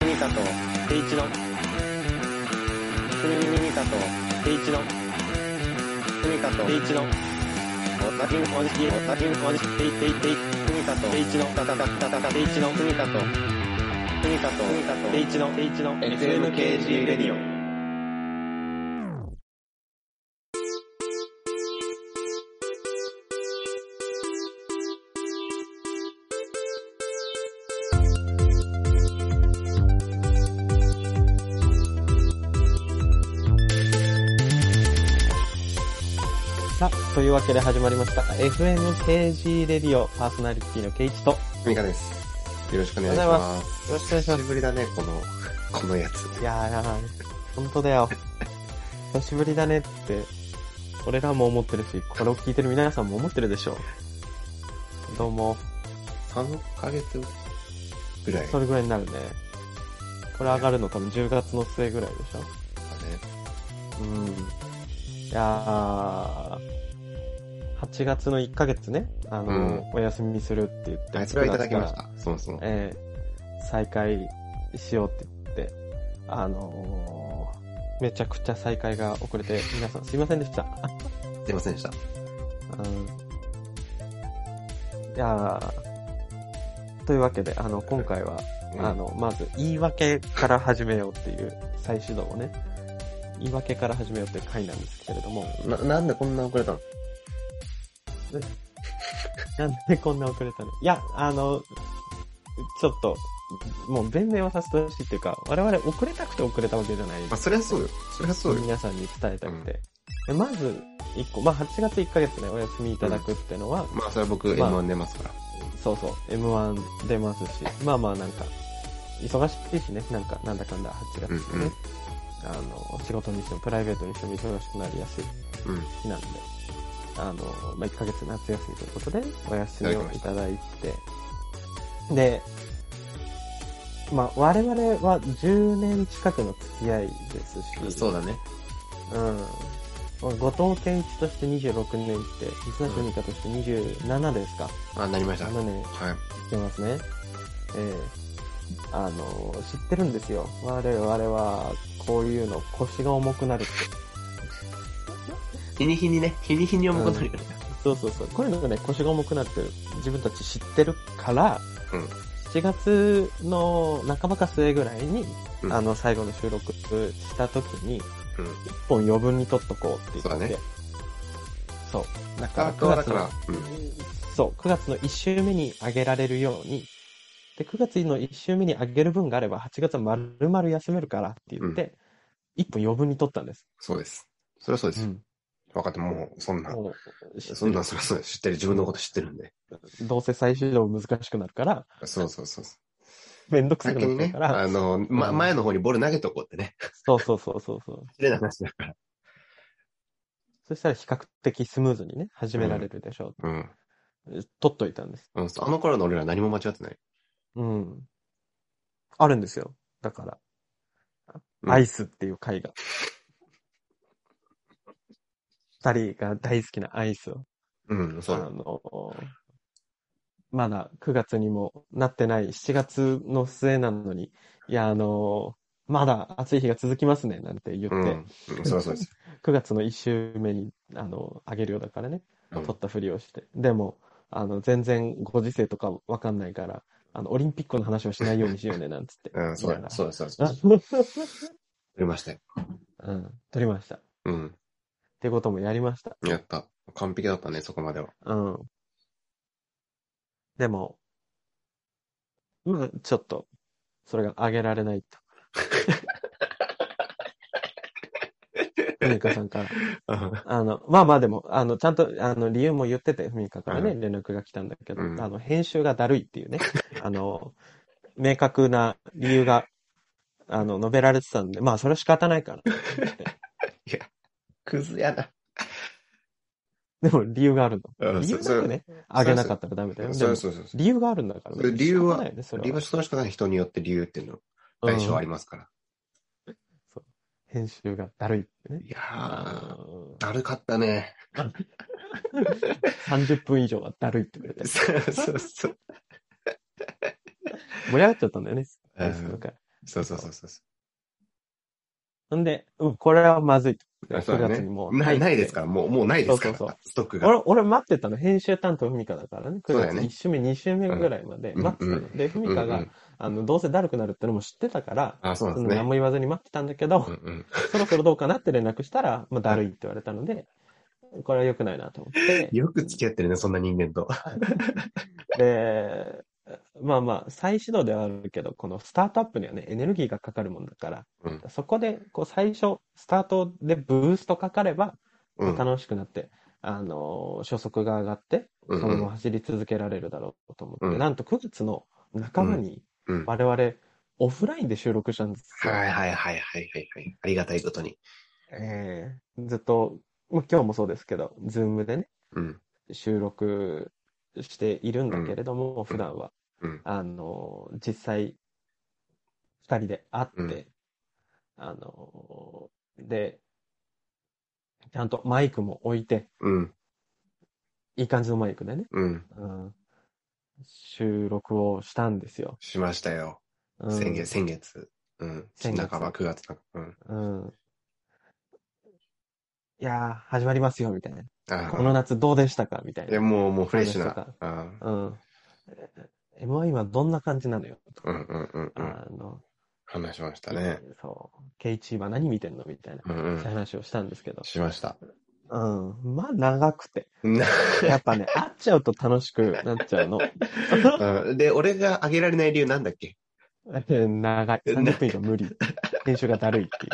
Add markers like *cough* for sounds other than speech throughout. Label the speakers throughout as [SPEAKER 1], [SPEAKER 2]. [SPEAKER 1] と圭一の国見美香と圭一の美香と圭一のおたきんおじきおたきんおじきていていてい美香と圭一のたたたたたた圭一の美香と美香と美香と圭一の圭一の FMKG レディオ
[SPEAKER 2] さあ、というわけで始まりました FMKG レディオパーソナリティのケイチと、よ
[SPEAKER 3] ミカです。よろしくお願いします。
[SPEAKER 2] ろしくお願いしま
[SPEAKER 3] 久しぶりだね、この、このやつ。
[SPEAKER 2] す。いやー、本当だよ。 *laughs* 久しぶりだねって、俺らも思ってるし、これを聞いてる皆さんも思ってるでしょう。どうも、
[SPEAKER 3] 3ヶ月ぐらいだ
[SPEAKER 2] そ
[SPEAKER 3] ね。
[SPEAKER 2] れぐらいになるね。これ上がるの多分10月の末ぐらいでしょ。うん。いやー、8月の1ヶ月ね、あの、
[SPEAKER 3] うん
[SPEAKER 2] お休みするって言って。
[SPEAKER 3] あいつらいただきました。そもそも。
[SPEAKER 2] えー再開しようって言って、あのーめちゃくちゃ再開が遅れて、皆さんすいませんでした。 *laughs*
[SPEAKER 3] すいませんでした。
[SPEAKER 2] うん、いやーというわけで、あの、今回は、
[SPEAKER 3] うん
[SPEAKER 2] あ、の、まず、言い訳から始めようっていう、再始動をね、言い訳から始めようっていう回なんですけれども、
[SPEAKER 3] な、なんでこんな遅れたの
[SPEAKER 2] なんでこんな遅れたのいや、あの、ちょっと、もう弁明はさせてほしいっていうか、我々遅れたくて遅れたわけじゃない。
[SPEAKER 3] まあ、そりゃそうよ。そりゃそうよ。
[SPEAKER 2] 皆さんに伝えたくて。でまず、一個、まあ、8月1ヶ月ね、お休みいただくってのは、
[SPEAKER 3] まあ、それは僕、
[SPEAKER 2] まあ
[SPEAKER 3] M1 出ますから。
[SPEAKER 2] そうそう、M1 出ますし、まあまあなんか、忙しいしね、なんか、なんだかんだ8月ってね、
[SPEAKER 3] うんうん
[SPEAKER 2] あの、仕事にしてもプライベートにしても忙しくなりやすい
[SPEAKER 3] うん。
[SPEAKER 2] 日なんで、あの、まあ、1ヶ月夏休みということで、お休みをいただいて、で、まあ、我々は10年近くの付き合いですし、
[SPEAKER 3] そうだね。
[SPEAKER 2] うん。後藤健一として26年って、水梨美香として27ですか、
[SPEAKER 3] あ、なりました。はい。
[SPEAKER 2] ?7 年してますね。ええあの、知ってるんですよ。我々は、こういうの腰が重くなるって。
[SPEAKER 3] 日に日にね、日に日に重くなるよね。
[SPEAKER 2] そうそうそう。こういうのがね、腰が重くなってる。自分たち知ってるから、
[SPEAKER 3] うん
[SPEAKER 2] 7月の半ばか末ぐらいに、
[SPEAKER 3] うん
[SPEAKER 2] あの、最後の収録した時に、
[SPEAKER 3] うん
[SPEAKER 2] 一本余分に取っとこうって言って。
[SPEAKER 3] そうだね
[SPEAKER 2] そう。
[SPEAKER 3] 中枠はだから、うん。
[SPEAKER 2] そう、9月の1週目に上げられるように、で、9月の1週目に上げる分があれば、8月は丸々休めるからって言って、1本余分に取ったんです。
[SPEAKER 3] そうです。そりゃそうです。
[SPEAKER 2] ん。
[SPEAKER 3] 分かって、もう、そんな、
[SPEAKER 2] もう知って
[SPEAKER 3] そんな、そりゃそうです。知ってる。自分のこと知ってるんで。
[SPEAKER 2] *laughs* どうせ再始動難しくなる
[SPEAKER 3] *laughs*
[SPEAKER 2] から、
[SPEAKER 3] そうそうそうそう。
[SPEAKER 2] めんどくさく
[SPEAKER 3] 先
[SPEAKER 2] な
[SPEAKER 3] に
[SPEAKER 2] っちゃうか、
[SPEAKER 3] ね
[SPEAKER 2] ら、
[SPEAKER 3] あの、ま、前の方にボール投げとこうって
[SPEAKER 2] *laughs*
[SPEAKER 3] ね。
[SPEAKER 2] そうそうそうそうそう。
[SPEAKER 3] 失礼な話だから。
[SPEAKER 2] そしたら比較的スムーズにね、始められるでしょ
[SPEAKER 3] うん。
[SPEAKER 2] う。取っといたんです。
[SPEAKER 3] うん、そうあの頃の俺ら何も間違ってない。
[SPEAKER 2] うん。あるんですよ。だから。
[SPEAKER 3] うん
[SPEAKER 2] アイスっていう回が。二、人が大好きなアイスを。
[SPEAKER 3] うん、そう
[SPEAKER 2] あ
[SPEAKER 3] だ。
[SPEAKER 2] の、まだ9月にもなってない7月の末なのに、いや、あの、まだ暑い日が続きますね、なんて言って、
[SPEAKER 3] うん、うんそりゃそう
[SPEAKER 2] *laughs*
[SPEAKER 3] です。
[SPEAKER 2] 9月の1週目に、あの、あげるようだからね、
[SPEAKER 3] うん
[SPEAKER 2] 取ったふりをして。でも、あの、全然ご時世とかわかんないから、あの、オリンピックの話をしないようにしようね、なんつって。
[SPEAKER 3] うん、そう
[SPEAKER 2] みたいな
[SPEAKER 3] だ、そうだ、そうだ、そうだ。取りましたよ。
[SPEAKER 2] *laughs* うん、取りました。っ
[SPEAKER 3] うん、
[SPEAKER 2] てこともやりました。
[SPEAKER 3] やった。完璧だったね、そこまでは。
[SPEAKER 2] うん。でも、まあ、ちょっと、それが上げられ
[SPEAKER 3] *laughs*
[SPEAKER 2] ないと。ふみかさんから。あの、まあまあでも、あの、ちゃんと、あの、理由も言ってて、ふみかからね、
[SPEAKER 3] う
[SPEAKER 2] 連絡が来たんだけど、
[SPEAKER 3] うん
[SPEAKER 2] あの、編集がだるいっていうね、 *laughs* あの、明確な理由が、あの、述べられてたんで、まあ、それは仕方ないから。 *laughs*
[SPEAKER 3] クズやな。
[SPEAKER 2] でも、理由がある
[SPEAKER 3] う
[SPEAKER 2] の。
[SPEAKER 3] ん、
[SPEAKER 2] 理由
[SPEAKER 3] そ
[SPEAKER 2] なくね、上げなかったらダメだよ。
[SPEAKER 3] そ
[SPEAKER 2] で
[SPEAKER 3] う
[SPEAKER 2] も
[SPEAKER 3] そうそうそう。
[SPEAKER 2] 理由があるんだから
[SPEAKER 3] それ。理由
[SPEAKER 2] 仕方
[SPEAKER 3] は
[SPEAKER 2] ないよねそれは
[SPEAKER 3] 理由はそれしかない人によって理由っていうの、対象ありますから。
[SPEAKER 2] 編集がだるいってね。
[SPEAKER 3] いや
[SPEAKER 2] あ
[SPEAKER 3] ー、
[SPEAKER 2] の
[SPEAKER 3] だるかっ
[SPEAKER 2] *laughs*
[SPEAKER 3] たね。
[SPEAKER 2] 30分以上はだるいって言わ
[SPEAKER 3] *laughs*
[SPEAKER 2] れて、
[SPEAKER 3] そうそうそう。
[SPEAKER 2] 盛り上がっちゃったんだよね。
[SPEAKER 3] うん
[SPEAKER 2] その回
[SPEAKER 3] そうそうそうそうそ
[SPEAKER 2] ほんで、うん、これはまずいと。
[SPEAKER 3] う。そうだ
[SPEAKER 2] 9
[SPEAKER 3] ね
[SPEAKER 2] 月にも。う
[SPEAKER 3] ない、ないですから、もう、もうないですから、
[SPEAKER 2] そうそう
[SPEAKER 3] ストックが。
[SPEAKER 2] 俺、俺待ってたの。編集担当ふみかだからね。9
[SPEAKER 3] そうだよ
[SPEAKER 2] 月
[SPEAKER 3] ね
[SPEAKER 2] 1週目、2週目ぐらいまで
[SPEAKER 3] うん
[SPEAKER 2] 待ってたの。で、ふみか
[SPEAKER 3] うんう
[SPEAKER 2] が
[SPEAKER 3] ん、
[SPEAKER 2] あの、どうせだるくなるってのも知ってたから、
[SPEAKER 3] あ、そうなん
[SPEAKER 2] その
[SPEAKER 3] です
[SPEAKER 2] 何
[SPEAKER 3] ね。
[SPEAKER 2] も言わずに待ってたんだけど
[SPEAKER 3] う、んうん。
[SPEAKER 2] そろそろどうかなって連絡したら、まあ、だるいって言われたので、これは良くないなと思って、
[SPEAKER 3] よく付き合ってるね、そんな人間と。
[SPEAKER 2] で、まあまあ、再始動ではあるけど、このスタートアップにはね、エネルギーがかかるもんだから、
[SPEAKER 3] うん
[SPEAKER 2] そこで、こう、最初、スタートでブーストかかれば、
[SPEAKER 3] うん。
[SPEAKER 2] 楽しくなって、あのー初速が上がって、
[SPEAKER 3] う
[SPEAKER 2] そ
[SPEAKER 3] ん
[SPEAKER 2] の
[SPEAKER 3] う
[SPEAKER 2] ま
[SPEAKER 3] ん
[SPEAKER 2] ま走り続けられるだろうと思って、
[SPEAKER 3] うん
[SPEAKER 2] なんと9月の半ばに、
[SPEAKER 3] うん
[SPEAKER 2] 我々、オフラインで収録したんです
[SPEAKER 3] はい
[SPEAKER 2] よ。
[SPEAKER 3] はいはいはいはいはい。ありがたいことに。
[SPEAKER 2] えーずっと、まあ今日もそうですけど、ズームでね、
[SPEAKER 3] うん。
[SPEAKER 2] 収録しているんだけれども、普段は、
[SPEAKER 3] うん
[SPEAKER 2] あの実際2人で会って、
[SPEAKER 3] うん
[SPEAKER 2] あのでちゃんとマイクも置いて
[SPEAKER 3] うん。
[SPEAKER 2] いい感じのマイクでね、
[SPEAKER 3] うん。
[SPEAKER 2] うん、収録をしたんですよ、
[SPEAKER 3] しましたよ。
[SPEAKER 2] うん、
[SPEAKER 3] 先月、先月。うん。
[SPEAKER 2] 先月
[SPEAKER 3] 半ば、9月か。うん。
[SPEAKER 2] うんいやー始まりますよみたいな
[SPEAKER 3] あ
[SPEAKER 2] この夏どうでしたかみたい
[SPEAKER 3] いや、
[SPEAKER 2] な、
[SPEAKER 3] もう、もうフレッシュ
[SPEAKER 2] 話と
[SPEAKER 3] な
[SPEAKER 2] か。
[SPEAKER 3] あー
[SPEAKER 2] うん、m 1今どんな感じなのよと
[SPEAKER 3] う
[SPEAKER 2] か、
[SPEAKER 3] んうんうんうん。
[SPEAKER 2] あの
[SPEAKER 3] 話しましたね。
[SPEAKER 2] そう。ケイチは何見てんのみたいな
[SPEAKER 3] うんうん。
[SPEAKER 2] 話をしたんですけど。
[SPEAKER 3] しました。
[SPEAKER 2] うん。まあ、長く
[SPEAKER 3] *laughs*
[SPEAKER 2] て。
[SPEAKER 3] な
[SPEAKER 2] やっぱね、会っちゃうと楽しくなっちゃうの。
[SPEAKER 3] うんで、俺があげられない理由なんだっけ
[SPEAKER 2] 長い。30分以上無理。編集がだるいっていう。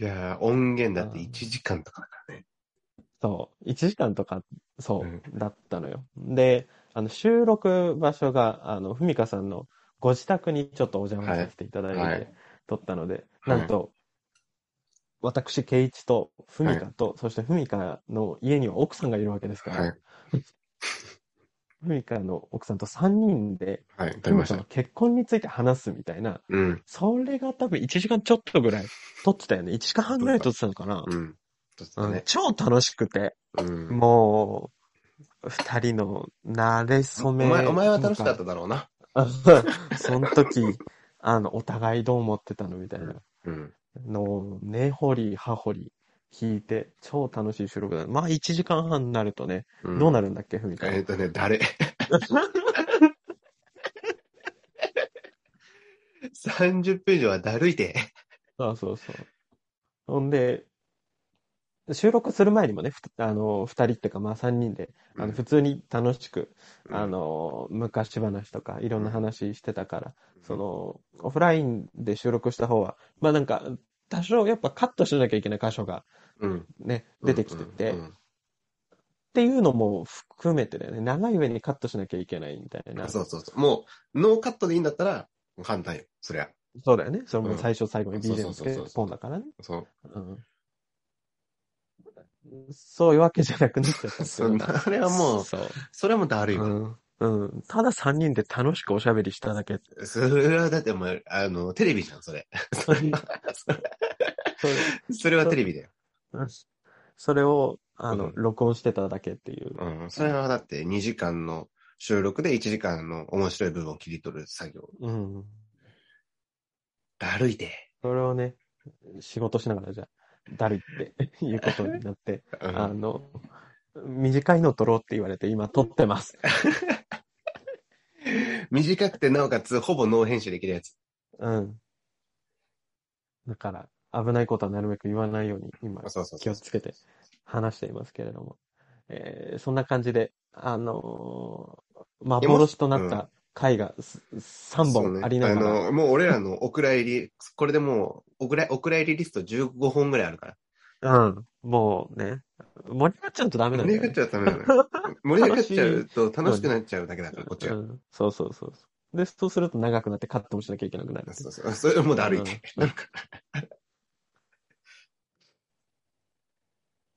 [SPEAKER 3] いやー、音源だって1時間とかだからね。
[SPEAKER 2] そう。1時間とか、そう
[SPEAKER 3] うん、
[SPEAKER 2] だったのよ。で、あの、収録場所が、あの、ふみかさんのご自宅にちょっとお邪魔させていただいて、
[SPEAKER 3] はい
[SPEAKER 2] 撮ったので、
[SPEAKER 3] はい
[SPEAKER 2] なんと、私、ケイチと、ふみかと、そしてふみかの家には奥さんがいるわけですから、
[SPEAKER 3] はい。
[SPEAKER 2] ふみかの奥さんと3人で、
[SPEAKER 3] はい。撮りまし
[SPEAKER 2] ふみか
[SPEAKER 3] た
[SPEAKER 2] の。結婚について話すみたいな、
[SPEAKER 3] うん。
[SPEAKER 2] それが多分1時間ちょっとぐらい撮ってたよね。1時間半ぐらい撮ってたのかな。
[SPEAKER 3] うん。ちょっ
[SPEAKER 2] う
[SPEAKER 3] と
[SPEAKER 2] ん
[SPEAKER 3] ね。
[SPEAKER 2] 超楽しくて、
[SPEAKER 3] うん。
[SPEAKER 2] もう、二人の慣れ初
[SPEAKER 3] お
[SPEAKER 2] め。
[SPEAKER 3] 前、お前は楽しかっただろうな。
[SPEAKER 2] た。その時、あの、お互いどう思ってたのみたいな
[SPEAKER 3] うん。
[SPEAKER 2] のを、根掘り葉掘り弾いて、超楽しい収録だ。まあ、1時間半になるとね、
[SPEAKER 3] うん
[SPEAKER 2] どうなるんだっけ、ふみか。
[SPEAKER 3] えっとね、誰 *laughs* ?30 分以上はだるいで。
[SPEAKER 2] そうそうそう。ほんで、収録する前にもね、ふたあの、二人っていうか、まあ三人で、あ
[SPEAKER 3] うん
[SPEAKER 2] の、普通に楽しく、
[SPEAKER 3] うん
[SPEAKER 2] あの、昔話とか、いろんな話してたから、
[SPEAKER 3] うん
[SPEAKER 2] その、オフラインで収録した方は、まあなんか、多少やっぱカットしなきゃいけない箇所が
[SPEAKER 3] うん。
[SPEAKER 2] ね、出てきてて、
[SPEAKER 3] う
[SPEAKER 2] っ
[SPEAKER 3] ん
[SPEAKER 2] ていうのも含めてだよね、長い上にカットしなきゃいけないみたいな。
[SPEAKER 3] そうそうそう。もう、ノーカットでいいんだったら、簡単よ。そりゃ。
[SPEAKER 2] そうだよね。それ
[SPEAKER 3] う
[SPEAKER 2] も
[SPEAKER 3] ん
[SPEAKER 2] 最初最後に
[SPEAKER 3] そうそう
[SPEAKER 2] BGM つ
[SPEAKER 3] そうそう
[SPEAKER 2] けて、ポンだからね。
[SPEAKER 3] そ
[SPEAKER 2] うんそういうわけじゃなくなっちゃった
[SPEAKER 3] う。
[SPEAKER 2] けど
[SPEAKER 3] *laughs* そそれは
[SPEAKER 2] *laughs*
[SPEAKER 3] もう、
[SPEAKER 2] そう。
[SPEAKER 3] それはもうだるいうわ。
[SPEAKER 2] ん。うん。ただ3人で楽しくおしゃべりしただけ。
[SPEAKER 3] それはだってお前、あの、テレビじゃん、それ。
[SPEAKER 2] それ
[SPEAKER 3] それそれはテレビだよ。
[SPEAKER 2] それを、あ
[SPEAKER 3] う
[SPEAKER 2] の
[SPEAKER 3] ん、
[SPEAKER 2] 録音してただけっていう。
[SPEAKER 3] うん。それはだって2時間の収録で1時間の面白い部分を切り取る作業。
[SPEAKER 2] うん。
[SPEAKER 3] だるいで。
[SPEAKER 2] それをね、仕事しながらじゃあ、だるいって *laughs* いうことになって、
[SPEAKER 3] *laughs* うん
[SPEAKER 2] あの、短いの撮ろうって言われて今撮ってます。
[SPEAKER 3] 短くてなおかつほぼノー編集できるやつ。
[SPEAKER 2] うん。だから、危ないことはなるべく言わないように今
[SPEAKER 3] そうそう
[SPEAKER 2] 気
[SPEAKER 3] そう
[SPEAKER 2] を。つけて話していますけれども、えーそんな感じで、あのー幻となった回がす、3
[SPEAKER 3] そう
[SPEAKER 2] 本
[SPEAKER 3] ね
[SPEAKER 2] ありながら、
[SPEAKER 3] あの、もう俺らのお蔵入り、これでもう、お蔵お蔵入りリスト15本ぐらいあるから。
[SPEAKER 2] うん、もうね、盛り上がっちゃうとダメなん
[SPEAKER 3] 盛
[SPEAKER 2] だ
[SPEAKER 3] り
[SPEAKER 2] よ
[SPEAKER 3] 上がっ
[SPEAKER 2] ね。
[SPEAKER 3] ちゃうダメなの
[SPEAKER 2] *laughs*
[SPEAKER 3] よ。盛り上がっちゃうと楽しくなっちゃうだけだから、こっち
[SPEAKER 2] う
[SPEAKER 3] は。
[SPEAKER 2] ん、そうそうそうそう。で、そうすると長くなってカットもしなきゃいけなくなる。
[SPEAKER 3] そうそう。それもうだるいって。
[SPEAKER 2] うん
[SPEAKER 3] *laughs* なんか、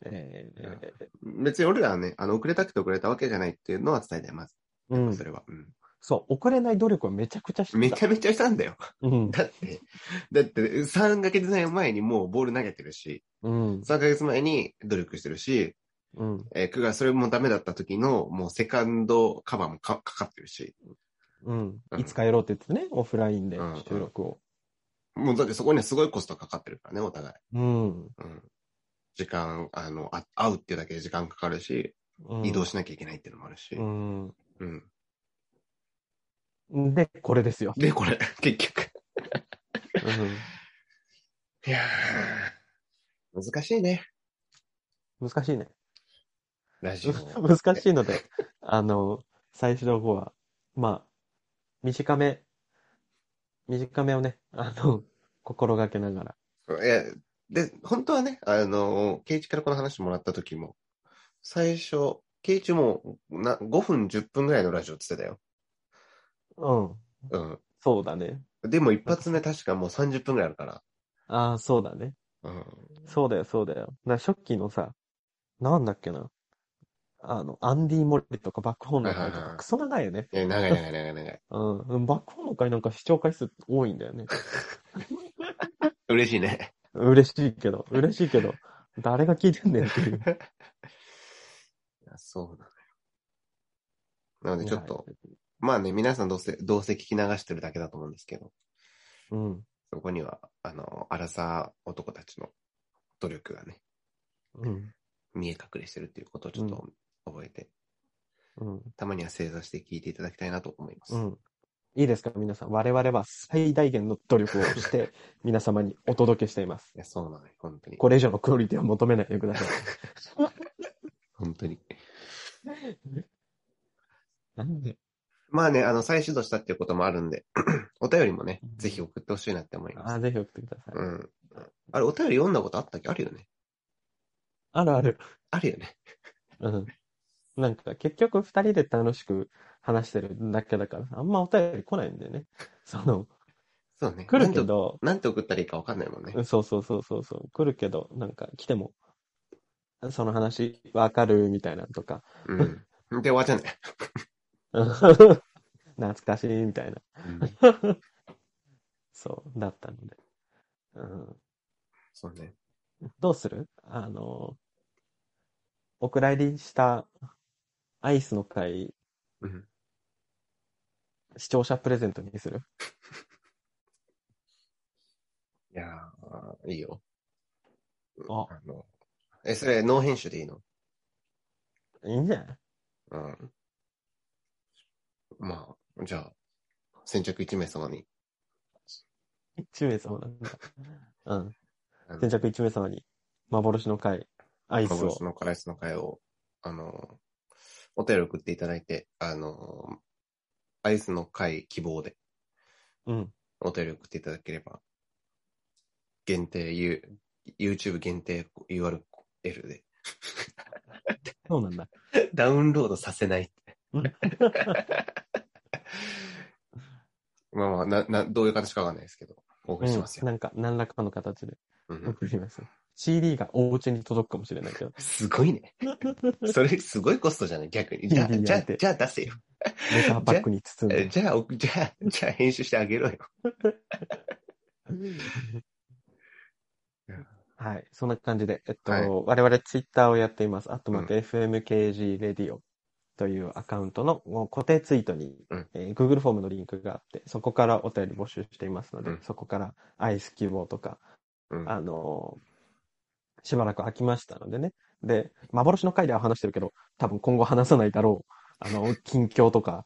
[SPEAKER 2] えー
[SPEAKER 3] 別に俺らはね、あの、遅れたくて遅れたわけじゃないっていうのは伝えたい、まず。
[SPEAKER 2] うん
[SPEAKER 3] そ、れは。うん。
[SPEAKER 2] そう、遅れない努力はめちゃくちゃしてた。
[SPEAKER 3] めちゃめちゃしたんだよ。
[SPEAKER 2] うん、
[SPEAKER 3] だって、だって、3ヶ月ぐらい前にもうボール投げてるし、
[SPEAKER 2] うん、
[SPEAKER 3] 3ヶ月前に努力してるし、
[SPEAKER 2] うん、
[SPEAKER 3] えー、9月それもダメだった時の、もうセカンドカバーもかかかってるし、
[SPEAKER 2] うん
[SPEAKER 3] う。ん
[SPEAKER 2] いつかやろうって言ってね、オフラインで
[SPEAKER 3] うんうん
[SPEAKER 2] 収録を。
[SPEAKER 3] もうだってそこにはすごいコストかかってるからね、お互い。
[SPEAKER 2] うん。
[SPEAKER 3] うん。時間、あの、あ会うっていうだけで時間かかるし、
[SPEAKER 2] うん
[SPEAKER 3] 移動しなきゃいけないっていうのもあるし。
[SPEAKER 2] うん。
[SPEAKER 3] うん。
[SPEAKER 2] で、これですよ。
[SPEAKER 3] で、これ、 *laughs* 結局。いやー難しいね。
[SPEAKER 2] うん難しいね。
[SPEAKER 3] ラジオ。
[SPEAKER 2] *laughs* 難しいので、あの、最初の方は、まあ、短め、短めをね、あの、心がけながら。
[SPEAKER 3] *laughs* いや、で、本当はね、あの、ケイチからこの話もらった時も、最初、ケイチもな5分、10分ぐらいのラジオって言ってたよ。
[SPEAKER 2] うん。
[SPEAKER 3] う
[SPEAKER 2] そうだね。
[SPEAKER 3] ん。でも一発目確かもう30分ぐらいあるから。
[SPEAKER 2] ああ、そうだね。
[SPEAKER 3] うん。
[SPEAKER 2] そうだよ、そうだよ。な、初期のさ、なんだっけな。あの、アンディ・モリとかバックホーンの回と
[SPEAKER 3] はいはいは
[SPEAKER 2] か、
[SPEAKER 3] い
[SPEAKER 2] クソ長いよね。
[SPEAKER 3] いや長い長い長い
[SPEAKER 2] *laughs*
[SPEAKER 3] 長い。
[SPEAKER 2] うんうん。バックホーンの回なんか視聴回数多いんだよね。
[SPEAKER 3] 嬉しいね。
[SPEAKER 2] 嬉しいけど、嬉しいけど、誰が聞いてんねんっていう。
[SPEAKER 3] いやそうなのよ。なのでちょっと、まあね、皆さんどうせ、どうせ聞き流してるだけだと思うんですけど、
[SPEAKER 2] うん。
[SPEAKER 3] そこには、あの、荒さ男たちの努力がね、
[SPEAKER 2] うん。
[SPEAKER 3] 見え隠れしてるっていうことをちょっと覚えて、
[SPEAKER 2] うん。
[SPEAKER 3] たまには正座して聞いていただきたいなと思います。
[SPEAKER 2] うん。いいですか、皆さん。我々は最大限の努力を
[SPEAKER 3] *laughs*
[SPEAKER 2] して、皆様にお届けしています。
[SPEAKER 3] いや、そうなのよ、本当に。
[SPEAKER 2] これ以上のクオリティは求めないでください。
[SPEAKER 3] 本当に。
[SPEAKER 2] なんで
[SPEAKER 3] まあね、あの、再始動したっていうこともあるんで、 *clears throat* お便りもね、
[SPEAKER 2] うん
[SPEAKER 3] ぜひ送ってほしいなって思い
[SPEAKER 2] あ
[SPEAKER 3] ま
[SPEAKER 2] あ、
[SPEAKER 3] す。
[SPEAKER 2] ぜひ送ってください。
[SPEAKER 3] うん。あれ、お便り読んだことあったっけあるよね。
[SPEAKER 2] あるある。
[SPEAKER 3] あるよね。
[SPEAKER 2] うん。なんか、結局二人で楽しく話してるだけだから、あんまお便り来ないんだよね。 *laughs* その、
[SPEAKER 3] そうね。
[SPEAKER 2] 来るけ
[SPEAKER 3] なんて。
[SPEAKER 2] ど、
[SPEAKER 3] なんて送ったらいいかわかんないもんね。
[SPEAKER 2] そうそうそうそうそう、来るけど、なんか来ても、その話わかるみたいなのとか、 *laughs*
[SPEAKER 3] うん。で、終わっちゃうね。
[SPEAKER 2] うん懐かしいみたいな、
[SPEAKER 3] うん、
[SPEAKER 2] そう、だったので。うん、
[SPEAKER 3] そうね。
[SPEAKER 2] どうするあの、お蔵入りしたアイスの会、
[SPEAKER 3] うん。
[SPEAKER 2] 視聴者プレゼントにする
[SPEAKER 3] いやー、いいよ。
[SPEAKER 2] あ
[SPEAKER 3] あの、え、それ、ノー編集でいいの
[SPEAKER 2] いいんじゃない
[SPEAKER 3] うん。まあ、じゃあ、先着1名様に。
[SPEAKER 2] 一名様なんだ。うん。
[SPEAKER 3] あの
[SPEAKER 2] 先着一名様に、幻の回、アイスを
[SPEAKER 3] 幻。のカラスの会を、あの、お便り送っていただいて、あの、アイスの会希望で
[SPEAKER 2] うん。
[SPEAKER 3] お便り送っていただければ、限定、ゆ YouTube 限定 URL で、
[SPEAKER 2] そうなんだ。
[SPEAKER 3] ダウンロードさせないって
[SPEAKER 2] うん。
[SPEAKER 3] まあまあ、な、な、どういう形かわかんないですけど、お送りします
[SPEAKER 2] うん
[SPEAKER 3] よ。
[SPEAKER 2] なんか、何らかの形で
[SPEAKER 3] うん
[SPEAKER 2] 送ります。CD がお家に届くかもしれない
[SPEAKER 3] *laughs*
[SPEAKER 2] けど。
[SPEAKER 3] すごいね。それ、すごいコストじゃない逆に。じゃあ、
[SPEAKER 2] いやいや
[SPEAKER 3] じゃあ
[SPEAKER 2] だって、
[SPEAKER 3] じゃあ出せよ。
[SPEAKER 2] レターパックに包ん
[SPEAKER 3] え
[SPEAKER 2] で。
[SPEAKER 3] じゃあ、おじゃあ、じゃあ編集してあげろよ。
[SPEAKER 2] はい。そんな感じで、えっと、
[SPEAKER 3] はい
[SPEAKER 2] 我々ツイッターをやっています。あとま
[SPEAKER 3] う
[SPEAKER 2] FMKG レディオというアカウントのもう固定ツイートに、
[SPEAKER 3] うん
[SPEAKER 2] えー Google フォームのリンクがあって、そこからお便り募集していますので、
[SPEAKER 3] うん
[SPEAKER 2] そこからアイス希望とか、
[SPEAKER 3] うん
[SPEAKER 2] あのーしばらく空きましたのでね。で、幻の回では話してるけど、多分今後話さないだろう。あの、近況とか、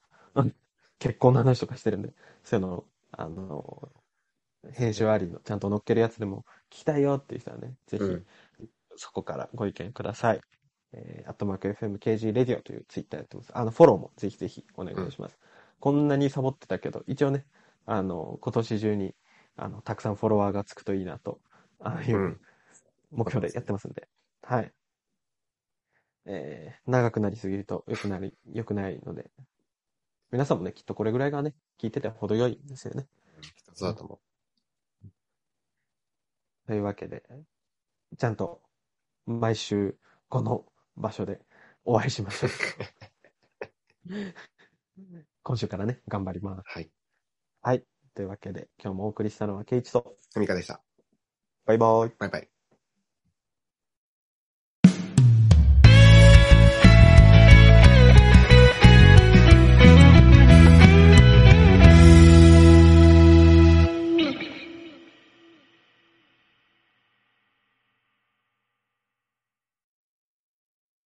[SPEAKER 2] 結婚の話とかしてるんで、そういうのを、あのー編集ありの、ちゃんと載っけるやつでも聞きたいよっていう人はね、ぜひ
[SPEAKER 3] うん、。
[SPEAKER 2] そこからご意見ください。えー、アットマーク FMKG レディオというツイッターやってます。あの、フォローもぜひぜひお願いします。こんなにサボってたけど、一応ね、あの、今年中に、あの、たくさんフォロワーがつくといいなと、ああいううん目標でやってますんで。はい。えー、長くなりすぎると良くなり、良くないので、皆さんもね、きっとこれぐらいがね、聞いてて程よいんですよね。
[SPEAKER 3] そうだと思
[SPEAKER 2] というわけで、ちゃんと、毎週、この場所でお会いしましょう。今週からね、頑張ります。
[SPEAKER 3] う。はい。
[SPEAKER 2] はい。というわけで、今日もお送りしたのは、ケイチと、
[SPEAKER 3] すみかでした。
[SPEAKER 2] バイバイ。
[SPEAKER 3] バイバイ。